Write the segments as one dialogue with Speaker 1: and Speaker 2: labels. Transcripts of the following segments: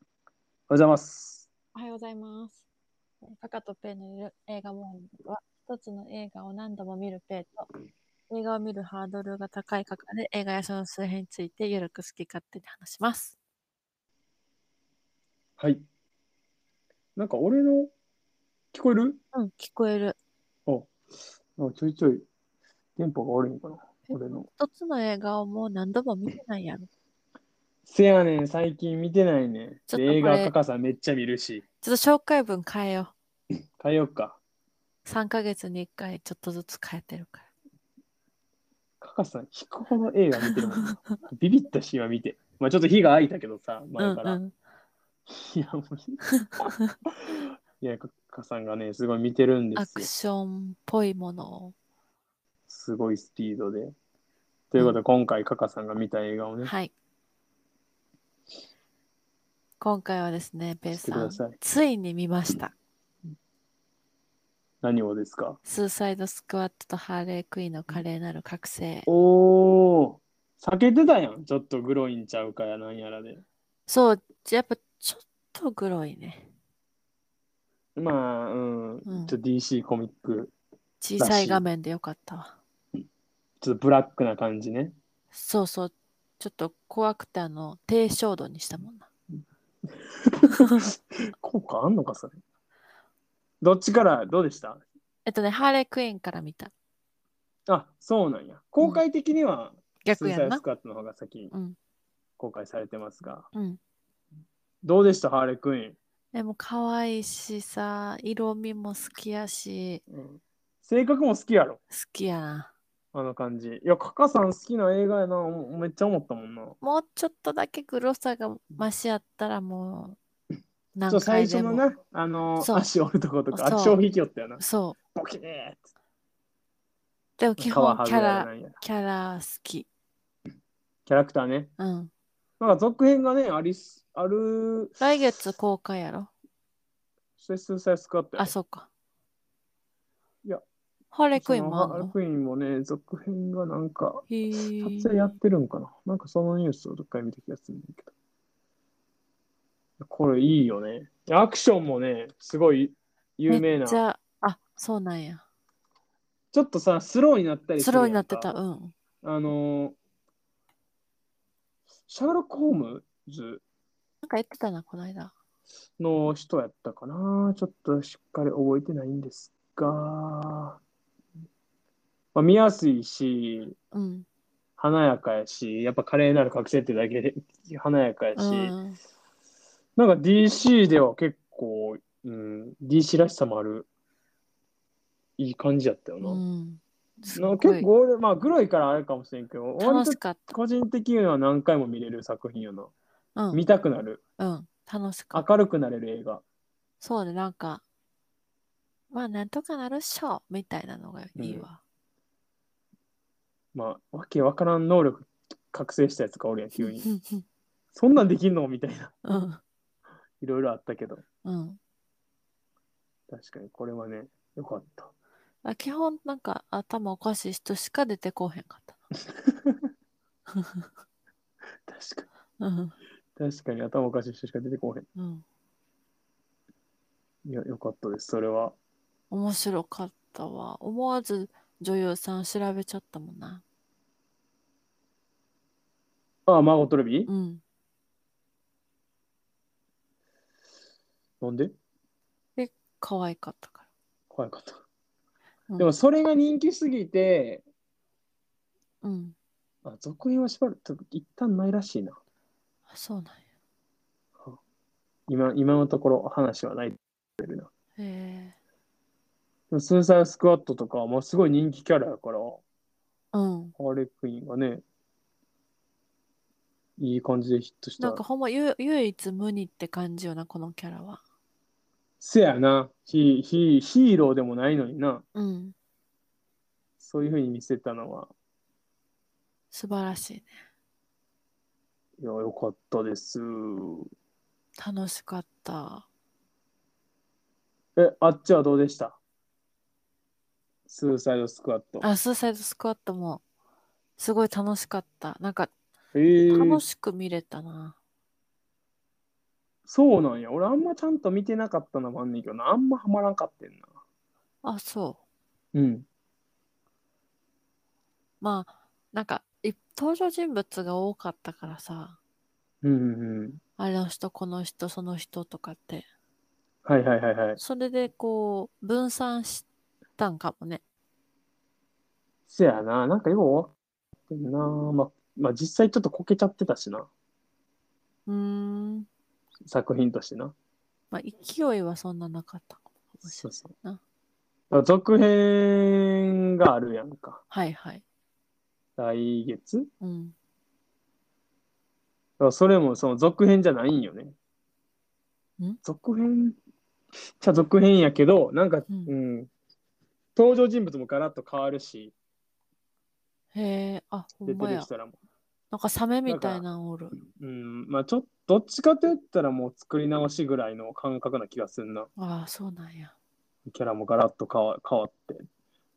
Speaker 1: おはようございます。
Speaker 2: おはようございます。えーパカとペイのいる映画モーニングは、一つの映画を何度も見るペイと、映画を見るハードルが高いカカで映画やその数編についてゆるく好き勝手に話します。
Speaker 1: はい。なんか俺の、聞こえる
Speaker 2: うん、聞こえる。
Speaker 1: おなんかちょいちょい、電波が悪いのかな俺の。
Speaker 2: 一つの映画をもう何度も見てないやろ。
Speaker 1: せやねん、最近見てないねん。
Speaker 2: ちょっとこれ
Speaker 1: 映画カカさんめっちゃ見るし。
Speaker 2: ちょっと紹介文変えよ
Speaker 1: 変えよっか。
Speaker 2: う。3ヶ月に1回ちょっとずつ変えてるから。
Speaker 1: カカさん、飛行の映画見てるもん な。ビビったし、今見て。まあちょっと火が開いたけどさ、前から。
Speaker 2: うんうん。
Speaker 1: いや、もう いや、カカさんがね、すごい見てるんで
Speaker 2: ア
Speaker 1: す
Speaker 2: ク
Speaker 1: よ。
Speaker 2: ションっぽいものを。
Speaker 1: すごいスピードで。ということで、今回カカさんが見た映画をね、
Speaker 2: はい。今回はですね、ペイ
Speaker 1: して
Speaker 2: さ
Speaker 1: くだ
Speaker 2: ん、
Speaker 1: さい。
Speaker 2: ついに見ました。
Speaker 1: 何をですか
Speaker 2: スーサイドスクワットとハーレークイーンの華麗なる覚醒。
Speaker 1: おお、避けてたやん。ちょっとグロいんちゃうかやなんやらで。
Speaker 2: そう、やっぱちょっとグロいね。
Speaker 1: まあ、うん、
Speaker 2: うん
Speaker 1: ちょっと DC コミック、
Speaker 2: 小さい画面でよかったわ。
Speaker 1: ちょっとブラックな感じね。
Speaker 2: そうそう、ちょっと怖くてあの、低照度にしたもんな。
Speaker 1: 効果あんのか、それ。どっちから、どうでした
Speaker 2: えっとね、ハーレークイーンから見た。
Speaker 1: あ、そうなんや。公開的には、
Speaker 2: 逆
Speaker 1: ス
Speaker 2: や
Speaker 1: ーサイ
Speaker 2: ん
Speaker 1: ド
Speaker 2: な
Speaker 1: ス。クワットの方が先に
Speaker 2: うん。
Speaker 1: 公開されてますが、
Speaker 2: うん。
Speaker 1: どうでした、ハーレクイーン。
Speaker 2: でも可愛いしさ、色味も好きやし、
Speaker 1: うん性格も好きやろ、
Speaker 2: 好きやな。
Speaker 1: あの感じ。いや、カカさん好きな映画やな、おめっちゃ思ったもんな。
Speaker 2: もうちょっとだけグロさがマシやったらもう、何
Speaker 1: そう最
Speaker 2: 回
Speaker 1: 初
Speaker 2: で
Speaker 1: の
Speaker 2: も。
Speaker 1: な、あの
Speaker 2: そう
Speaker 1: 足折るとことか、
Speaker 2: そう
Speaker 1: 足を引きよったよな。
Speaker 2: そう。
Speaker 1: ボキーッつっ
Speaker 2: でも
Speaker 1: て
Speaker 2: 基本
Speaker 1: 皮剥
Speaker 2: キャ
Speaker 1: がれ
Speaker 2: ラ
Speaker 1: な、いや
Speaker 2: キャラ好
Speaker 1: キ
Speaker 2: き。
Speaker 1: ャラクターね。
Speaker 2: うん。
Speaker 1: なんか続編がね、ありす、ある、
Speaker 2: 来月公開やろ
Speaker 1: それスーサイドスクワットや
Speaker 2: あ、
Speaker 1: ろ
Speaker 2: そうか。
Speaker 1: いや。
Speaker 2: ハーレークイーンもあ
Speaker 1: そのハーレ
Speaker 2: んの
Speaker 1: クイーンもね、続編がなんか、
Speaker 2: へー
Speaker 1: 撮影やってるんかな。なんかそのニュースをどっかで見た気がするんだけど。これいいよね。アクションもね、すごい有名
Speaker 2: め
Speaker 1: な。
Speaker 2: っちゃ、あ、そうなんや。
Speaker 1: ちょっとさ、スローになったりす
Speaker 2: ス
Speaker 1: るや
Speaker 2: ロ
Speaker 1: ん
Speaker 2: ー
Speaker 1: か
Speaker 2: になってた。うん。
Speaker 1: あのーシャーロック・ホームズ
Speaker 2: なんかやってたな、この間。
Speaker 1: の人やったかな。ちょっとしっかり覚えてないんですが、まあ、見やすいし、
Speaker 2: うん。
Speaker 1: 華やかやし、やっぱ華麗なる覚醒ってだけで華やかやし、
Speaker 2: うん。
Speaker 1: なんか DC では結構、うん、DC らしさもある、いい感じやったよな。
Speaker 2: うん。
Speaker 1: なんか
Speaker 2: すごい
Speaker 1: 結構俺、まあ、グロいからあれかもしれんけど、割
Speaker 2: 楽
Speaker 1: と
Speaker 2: しかっ
Speaker 1: 個人的には何回も見れる作品やな。
Speaker 2: た。うん。
Speaker 1: 見たくなる。
Speaker 2: うん。楽しかった。
Speaker 1: 明るくなれる映画。
Speaker 2: そうね、なんか、まあ、なんとかなるっしょ、みたいなのがいいわ。
Speaker 1: まあ、わけわからん能力覚醒したやつがお るやん、
Speaker 2: う
Speaker 1: 急に。
Speaker 2: ん。
Speaker 1: そんなんできんのみたいな。
Speaker 2: うん。
Speaker 1: いろいろあったけど。
Speaker 2: うん。
Speaker 1: 確かに、これはね、よかった。
Speaker 2: あ基本、なんか、頭おかしい人しか出てこうへんかった
Speaker 1: 確か
Speaker 2: な。うん。
Speaker 1: に、確かに頭おかしい人しか出てこへ
Speaker 2: うん。
Speaker 1: ん。いや、よかったです、それは。
Speaker 2: 面白かったわ。思わず女優さん調べちゃったもんな。
Speaker 1: ああ、マーゴットレビー、
Speaker 2: うん。
Speaker 1: なんで
Speaker 2: 可愛かったか
Speaker 1: 怖かった。
Speaker 2: うん
Speaker 1: でも、それが人気すぎて、
Speaker 2: ら。うん。
Speaker 1: あ続編はしばらく、一旦ないらしいな。
Speaker 2: あそうなんや。
Speaker 1: 今、今のところ話はない。で
Speaker 2: へえ。
Speaker 1: もスーサイドスクワットとか、まあ、すごい人気キャラやから、
Speaker 2: うん。
Speaker 1: ハーレクイーンがね、いい感じでヒットした。
Speaker 2: なんかほんまゆ唯一無二って感じよな、このキャラは。
Speaker 1: せやなヒ、ヒヒーローでもないのにな、
Speaker 2: うん。
Speaker 1: そういうふうに見せたのは、
Speaker 2: 素晴らしいね。
Speaker 1: いや、よかったです。
Speaker 2: 楽しかった。
Speaker 1: え、あっちはどうでしたスーサイドスクワット。
Speaker 2: あ、スーサイドスクワットもすごい楽しかった。なんか
Speaker 1: えー
Speaker 2: 楽しく見れたな。
Speaker 1: そうなんや。俺あんまちゃんと見てなかったのもあんねんけどな。あんまハマらんかってんな。
Speaker 2: あ、そ
Speaker 1: うん。
Speaker 2: う。まあ、なんか、い登場人物が多かったからさ、
Speaker 1: うんうんうん。
Speaker 2: あれの人、この人、その人とかって、
Speaker 1: はいはいはいはい。
Speaker 2: それでこう、分散したんかもね。
Speaker 1: せやな。なんかようわかってんな。まあ、まあ実際ちょっとこけちゃってたしな。
Speaker 2: うーん。
Speaker 1: 作品としてな。
Speaker 2: まあ、勢いはそんななかったかもし
Speaker 1: そ
Speaker 2: れ
Speaker 1: うそう。
Speaker 2: な
Speaker 1: だから続編があるやんか。
Speaker 2: ない。はいはい。
Speaker 1: 来月だか
Speaker 2: うん。
Speaker 1: らそれもその続編じゃないんよね
Speaker 2: ん。
Speaker 1: 続編じゃ続編やけど、なんか、
Speaker 2: う
Speaker 1: うんん、登場人物もガラッと変わるし、
Speaker 2: へえ、あ、ほん
Speaker 1: 出て
Speaker 2: ま
Speaker 1: る
Speaker 2: や。
Speaker 1: 人らも。
Speaker 2: なんかサメみたいなんおる。
Speaker 1: うん、まあちょっと、どっちかと言ったらもう作り直しぐらいの感覚な気がするな。
Speaker 2: ああ、そうなんや。
Speaker 1: キャラもガラッと変わ変わって。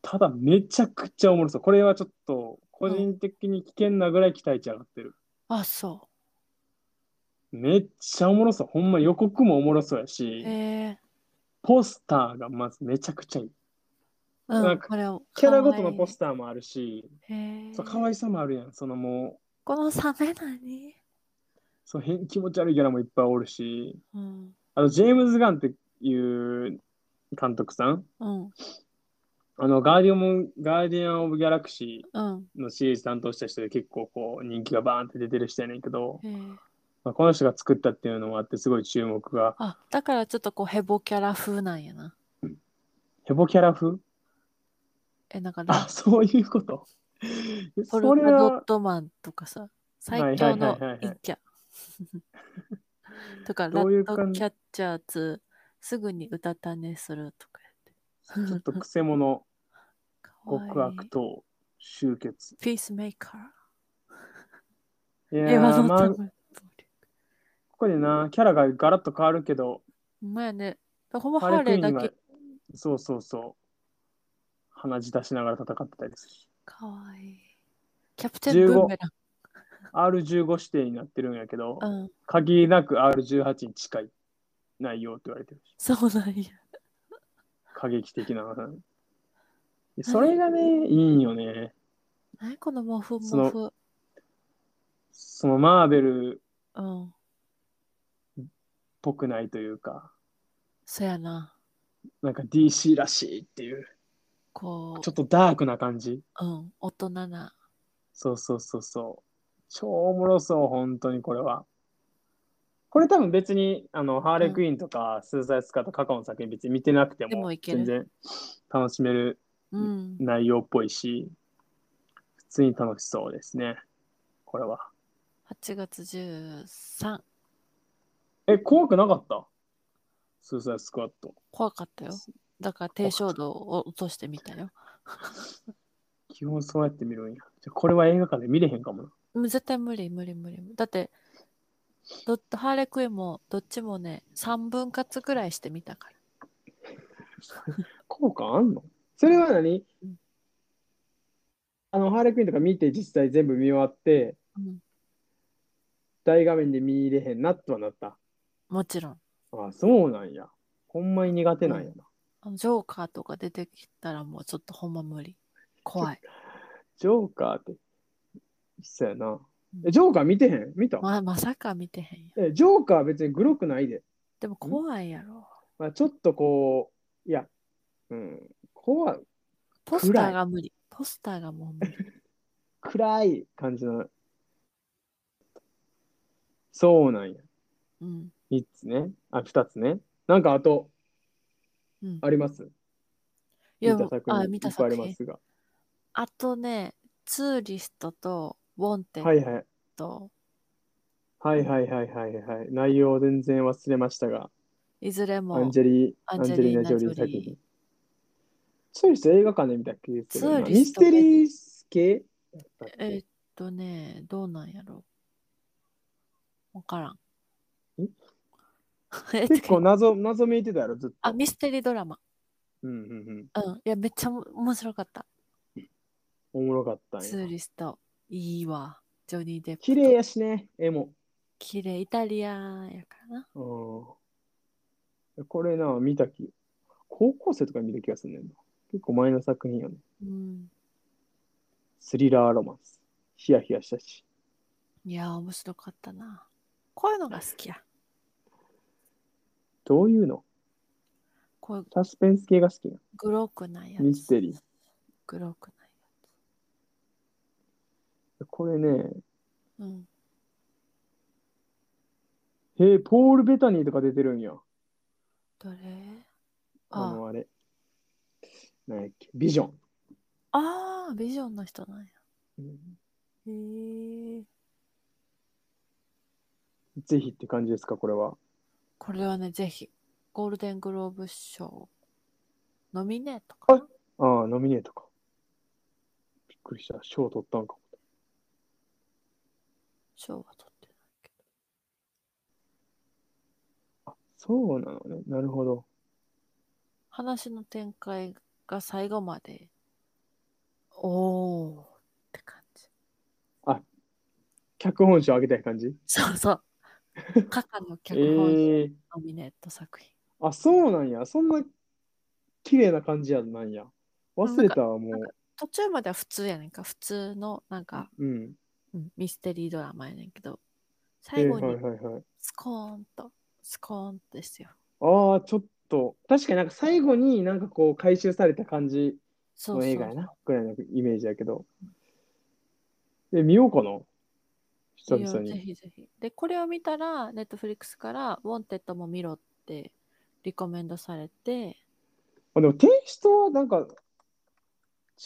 Speaker 1: ただ、めちゃくちゃおもろそう。これはちょっと、個人的に危険なぐらい期待値上がってる。
Speaker 2: あ、そ
Speaker 1: めっちゃおもろそう。ほんま予告もおもろそうや
Speaker 2: う。
Speaker 1: し
Speaker 2: へ、え。
Speaker 1: ポスターがまずめちゃくちゃいい。
Speaker 2: う、
Speaker 1: なんん
Speaker 2: これを。
Speaker 1: キャラごとのポス
Speaker 2: ト。
Speaker 1: ターもあるし、
Speaker 2: へえ。
Speaker 1: そう可愛さもあるやん。そのもう、
Speaker 2: このサメ何
Speaker 1: そう変気持ち悪いキャラもいっぱいおるし、
Speaker 2: うん。
Speaker 1: あの、ジェームズ・ガンっていう監督さん
Speaker 2: うん。
Speaker 1: あの、ガーディオン、ガーディアン・オブ・ギャラクシ
Speaker 2: うん。
Speaker 1: ーのシリーズ担当した人で結構こう人気がバーンって出てる人やねんけど、
Speaker 2: へえ。
Speaker 1: まあ、この人が作ったっていうのもあってすごい注目が。
Speaker 2: あ、だからちょっとこう、ヘボキャラ風なんやな。
Speaker 1: ヘボキャラ 風
Speaker 2: え、なんか
Speaker 1: あ、
Speaker 2: ラ、
Speaker 1: そういうこと。
Speaker 2: ポ
Speaker 1: そ
Speaker 2: ル
Speaker 1: れ
Speaker 2: カドッ
Speaker 1: は、
Speaker 2: トマンとかさ、
Speaker 1: は
Speaker 2: 最
Speaker 1: い
Speaker 2: 強の
Speaker 1: はいはいはい
Speaker 2: 一 キャ。とか、ラ
Speaker 1: どうい
Speaker 2: ッ
Speaker 1: う
Speaker 2: ト
Speaker 1: 感じ
Speaker 2: キャッチャーズ、すぐにうたた寝するとかやって。
Speaker 1: ちょっとくせ 者、
Speaker 2: か
Speaker 1: 極
Speaker 2: わいい
Speaker 1: 悪。と集結。
Speaker 2: ピースメーカー。
Speaker 1: いや
Speaker 2: 平和
Speaker 1: ー
Speaker 2: の
Speaker 1: ま
Speaker 2: た
Speaker 1: あ、
Speaker 2: め
Speaker 1: こ
Speaker 2: の努力。
Speaker 1: こでな、キャラがガラッと変わるけど、
Speaker 2: ほんまやね。ほぼハ
Speaker 1: ハ
Speaker 2: ー
Speaker 1: ー
Speaker 2: レ
Speaker 1: レークイ
Speaker 2: ー
Speaker 1: ー
Speaker 2: だ
Speaker 1: ンが
Speaker 2: け。、
Speaker 1: そうそうそう、鼻血出しながら戦ってたりするし。
Speaker 2: かわいい。キャプテンブーメラン。
Speaker 1: R15 指定になってるんやけど、
Speaker 2: うん。
Speaker 1: 限りなく R18 に近い内容って言われてるし、
Speaker 2: そうなんや。
Speaker 1: 過激的な。それがね、いいんよね。
Speaker 2: 何このモフ
Speaker 1: そ
Speaker 2: モ
Speaker 1: の
Speaker 2: フ。
Speaker 1: そのマーベルっ
Speaker 2: うん。
Speaker 1: ぽくないというか、
Speaker 2: そやな。
Speaker 1: なんか DC らしいっていう、
Speaker 2: こ
Speaker 1: ちょっとダークな感じ。
Speaker 2: う、うん。大人な。
Speaker 1: そうそうそうそう。超おもろそう、本当にこれは。これ多分別に、あの、ハーレークイーンとか、スーザイスカート、カカオの作品別に見てなくて
Speaker 2: で
Speaker 1: も
Speaker 2: もい、ける
Speaker 1: 全然楽しめる
Speaker 2: うん。
Speaker 1: 内容っぽいし、普通に楽しそうですね。これは。
Speaker 2: 8月13。
Speaker 1: え、怖くなかったスーサイドスクワット。
Speaker 2: 怖かったよ。だから低照度を落としてみたよ。
Speaker 1: 基本そうやって見るんや。じゃこれは映画館で見れへんかもな。
Speaker 2: うん絶対無理無理無理。だって、どハーレクインもどっちもね、3分割ぐらいしてみたから。
Speaker 1: 効果あんのそれは何
Speaker 2: うん
Speaker 1: あの、ハーレークイーンとか見て実際全部見終わって、
Speaker 2: うん、
Speaker 1: 大画面で見れへんなとはなった。
Speaker 2: もちろん。
Speaker 1: あそうなんや。ほんまに苦手なんやな。
Speaker 2: あのジョーカーとか出てきたらもうちょっとほんま無理。怖い。
Speaker 1: ジョーカーって。そうやな。え、ジョーカー見てへん見た、
Speaker 2: ままさか見てへんやん。
Speaker 1: え、ジョーカーは別にグロくないで。
Speaker 2: でも怖いやろ。
Speaker 1: まあ、ちょっとこう、いや、うん、怖い、
Speaker 2: ポスターが無理。ポスターがもう無理。
Speaker 1: 暗い感じの。そうなんや。
Speaker 2: うん。
Speaker 1: 3つね。あ、2つね。なんかあと、
Speaker 2: うん、
Speaker 1: あります
Speaker 2: いや
Speaker 1: 見た作品
Speaker 2: あ見た
Speaker 1: いっぱいあり
Speaker 2: 作品
Speaker 1: ますが。
Speaker 2: あとね、ツーリストと、ウォンテ
Speaker 1: は
Speaker 2: ッ
Speaker 1: いはい。
Speaker 2: ド、
Speaker 1: はいはいはいはいはい。内容全然忘れましたが、
Speaker 2: い、ずれ
Speaker 1: アン
Speaker 2: も
Speaker 1: ジェリー、
Speaker 2: ア
Speaker 1: ア
Speaker 2: ン
Speaker 1: ン
Speaker 2: ジ
Speaker 1: ジ
Speaker 2: ェ
Speaker 1: ェ
Speaker 2: リ
Speaker 1: リ
Speaker 2: ー
Speaker 1: ー
Speaker 2: ナ
Speaker 1: ナ・ジョリー
Speaker 2: ジョ
Speaker 1: 作
Speaker 2: リー
Speaker 1: 品。ツーリスト映画館で見た気がするな。
Speaker 2: ツーリ
Speaker 1: ミ
Speaker 2: ス
Speaker 1: ス
Speaker 2: ト
Speaker 1: テリー系だったっけ
Speaker 2: えーっとね、どうなんやろう。わからん。
Speaker 1: え
Speaker 2: えて
Speaker 1: 結構
Speaker 2: か
Speaker 1: 謎、謎めいてたやろ、ずっと。
Speaker 2: あ、ミステリードラマ。
Speaker 1: うんうんうん。
Speaker 2: うん。いや、めっちゃも面白かった。
Speaker 1: おもろかったん
Speaker 2: ツ
Speaker 1: や
Speaker 2: ー。リスト。いいわ。ジョニー・デップと。
Speaker 1: 綺麗やしね、絵も。
Speaker 2: 綺麗。イタリアやからな。
Speaker 1: うん。これな、見た気。高校生とかに見た気がするんだよな。結構前の作品よね。
Speaker 2: うん。
Speaker 1: スリラーロマンス。ヒヤヒヤしたし。
Speaker 2: いやー、面白かったな。こういうのが好きや。
Speaker 1: どういうの
Speaker 2: こういう
Speaker 1: サスペンス系が好きな
Speaker 2: グロくないや
Speaker 1: のミ
Speaker 2: つ。
Speaker 1: ステリー。
Speaker 2: グロくない
Speaker 1: これね、
Speaker 2: やつ。うん。
Speaker 1: へえ、ポール・ベタニーとか出てるんや。
Speaker 2: どれ
Speaker 1: あ
Speaker 2: あ
Speaker 1: の、あれ。なんやっけ、ビジョン。
Speaker 2: あー、ビジョンの人なんや。
Speaker 1: うん
Speaker 2: へえ。
Speaker 1: ぜひって感じですか、これは。
Speaker 2: これはね、ぜひ、ゴールデングローブ賞、ノミネートかな。
Speaker 1: ああ、ノミネートか。びっくりした。賞取ったんかも。
Speaker 2: 賞は取ってないけど。
Speaker 1: あ、そうなのね。なるほど。
Speaker 2: 話の展開が最後まで、おーって感じ。
Speaker 1: 脚本賞あげたい感じ
Speaker 2: そうそう。カカの脚本
Speaker 1: ええ
Speaker 2: ノミネート作品。
Speaker 1: あ、そうなんや。そんな綺麗な感じやなんや。忘れたわ、も
Speaker 2: なんか途中までは普通やねんか。普通のなんか、
Speaker 1: う。うん。
Speaker 2: うんミステリードラマやねんけど、
Speaker 1: え
Speaker 2: 最
Speaker 1: え
Speaker 2: 後
Speaker 1: はい
Speaker 2: に
Speaker 1: はいはい。
Speaker 2: スコーンと、スコーンですよ。
Speaker 1: ああ、ちょっと。確かになんか最後になんかこう回収された感じ
Speaker 2: そう
Speaker 1: の
Speaker 2: そう
Speaker 1: 映画やな。ぐらいのイメージやけど。え、見ようかな。久
Speaker 2: いいよ
Speaker 1: 々
Speaker 2: ぜ
Speaker 1: に。
Speaker 2: ひぜひ。で、これを見たら、ネットフリックスから、ウォンテッドも見ろって、リコメンドされて、
Speaker 1: あ、でもテイストはなんか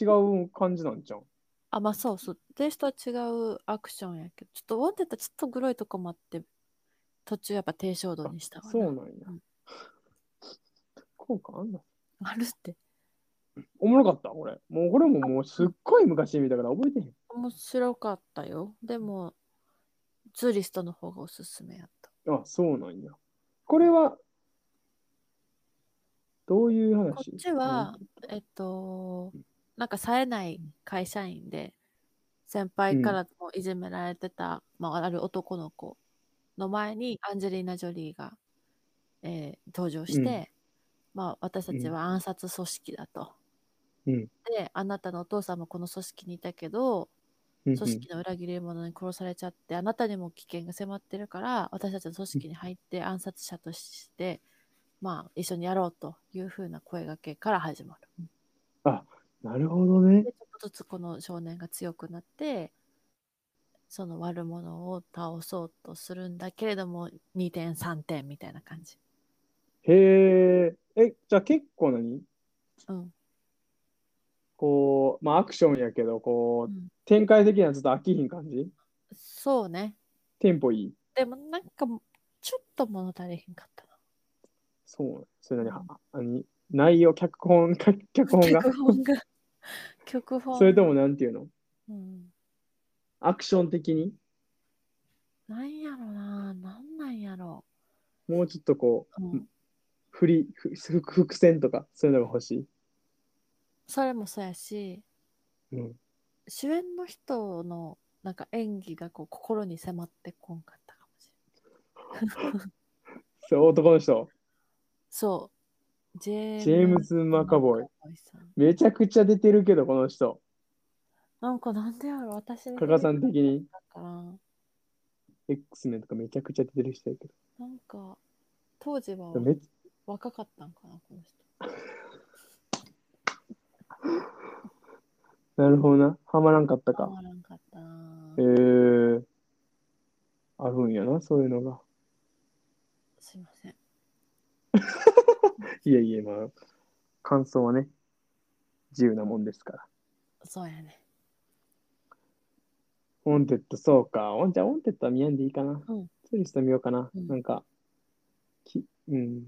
Speaker 1: 違う感じなんじゃん。
Speaker 2: あ、まあそうそう、テイストは違うアクションやけど、ちょっとウォンテッドちょっとグロいとこもあって、途中やっぱ低照度にしたわな。
Speaker 1: そうなんや
Speaker 2: うん。
Speaker 1: 効果あんの
Speaker 2: あるって。
Speaker 1: おもろかった、これ。もうこれももうすっごい昔見たから覚えてへん。
Speaker 2: 面白かったよ。でも、ツーリストの方がおすすめやった。
Speaker 1: あ、そうなんや。これは、どういう話
Speaker 2: こっちは、、えっと、なんか冴えない会社員で、先輩からもいじめられてた、まあ、ある男の子の前にアンジェリーナ・ジョリーが、えー登場し
Speaker 1: う
Speaker 2: て、
Speaker 1: ん
Speaker 2: まあ、私たちは暗殺組織だと。
Speaker 1: うん
Speaker 2: で、あなたのお父さんもこの組織にいたけど、
Speaker 1: うんうん
Speaker 2: 組織の裏切り者に殺されちゃって、あなたにも危険が迫ってるから、私たちの組織に入って暗殺者として、まあ、一緒にやろうというふうな声がけから始まる。
Speaker 1: なるほどね
Speaker 2: で。ちょっとずつこの少年が強くなってその悪者を倒そうとするんだけれども2点3点みたいな感じ、
Speaker 1: へえ。え、じゃあ結構何
Speaker 2: うん
Speaker 1: こう、まあアクションやけど、こ
Speaker 2: う
Speaker 1: う、
Speaker 2: ん
Speaker 1: 展開的にはちょっと飽きひん感じ
Speaker 2: そうね
Speaker 1: テンポいい。
Speaker 2: でもなんかちょっと物足りへんかったな
Speaker 1: そう。それなりにあ、あに内容、脚本、 か脚本が。
Speaker 2: 脚本が脚本
Speaker 1: それともなんていうの
Speaker 2: うん、
Speaker 1: アクション的に
Speaker 2: なんやろななんなんやろ
Speaker 1: もうちょっとこ
Speaker 2: う、うん
Speaker 1: うんう、振り、ふふ伏線とか、そういうのが欲し
Speaker 2: それもそうやし
Speaker 1: い。うん。
Speaker 2: 主演の人のなんか演技がこう心に迫ってこんかったかもしれない
Speaker 1: そう、男の人。
Speaker 2: そうジェ
Speaker 1: ジェームズ・マカボイ。
Speaker 2: イさん
Speaker 1: めちゃくちゃ出てるけど、この人。
Speaker 2: なんかなんでやろ私に
Speaker 1: 加賀さん的に
Speaker 2: だから、
Speaker 1: X メンとかめちゃくちゃ出てる人やけ
Speaker 2: なんか、当時は
Speaker 1: ど。め
Speaker 2: 若かったんかな、この人。
Speaker 1: なるほどな。ハマらんかった
Speaker 2: 変
Speaker 1: か。
Speaker 2: わらんかったな
Speaker 1: えー、あるんやな、そういうのが。
Speaker 2: すいません。
Speaker 1: いえいえ、まあ、感想はね、自由なもんですから。
Speaker 2: そうやね。
Speaker 1: ウォンテッド、そうか。ウォンじゃあ、ウォンテッドは見やんでいいかな。
Speaker 2: うん
Speaker 1: ツーリスト見ようかな。
Speaker 2: うん
Speaker 1: なんか、き、うん。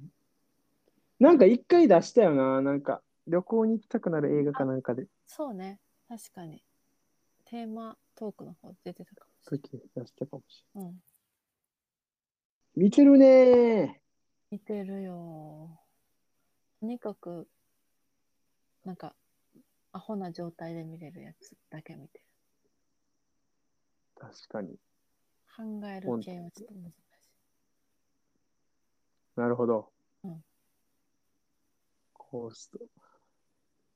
Speaker 1: なんか一回出したよな。なんか、旅行に行きたくなる映画かなんかで、
Speaker 2: そうね。確かに。テーマトークの方出てたかもし
Speaker 1: 時に出したかもし
Speaker 2: れない。うん。
Speaker 1: れない。見てるね
Speaker 2: 似てるよ。とにかく、なんか、アホな状態で見れるやつだけ見てる。
Speaker 1: ー。確かに。
Speaker 2: 考える系はちょっと難しい。
Speaker 1: なるほど。
Speaker 2: うん
Speaker 1: ホースト。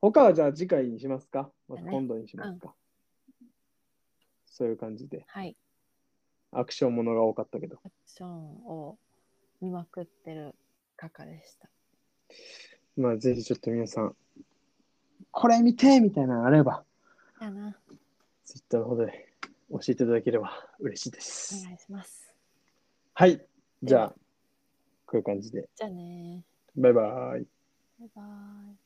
Speaker 1: 他はじゃあ次回にしますかまた
Speaker 2: だね
Speaker 1: 今度にしますか、そういう感じで。
Speaker 2: はい。
Speaker 1: アクションものが多かったけど。
Speaker 2: アクションを見まくってる画家でした。
Speaker 1: まあぜひちょっと皆さん、これ見てみたいなのあれば、
Speaker 2: だな。
Speaker 1: ツイッターの方で教えていただければ嬉しいです。
Speaker 2: お願いします。
Speaker 1: はい。じ
Speaker 2: で
Speaker 1: ゃあ
Speaker 2: は、
Speaker 1: こういう感じで。
Speaker 2: じゃあね
Speaker 1: バイバイ。
Speaker 2: バイバイ。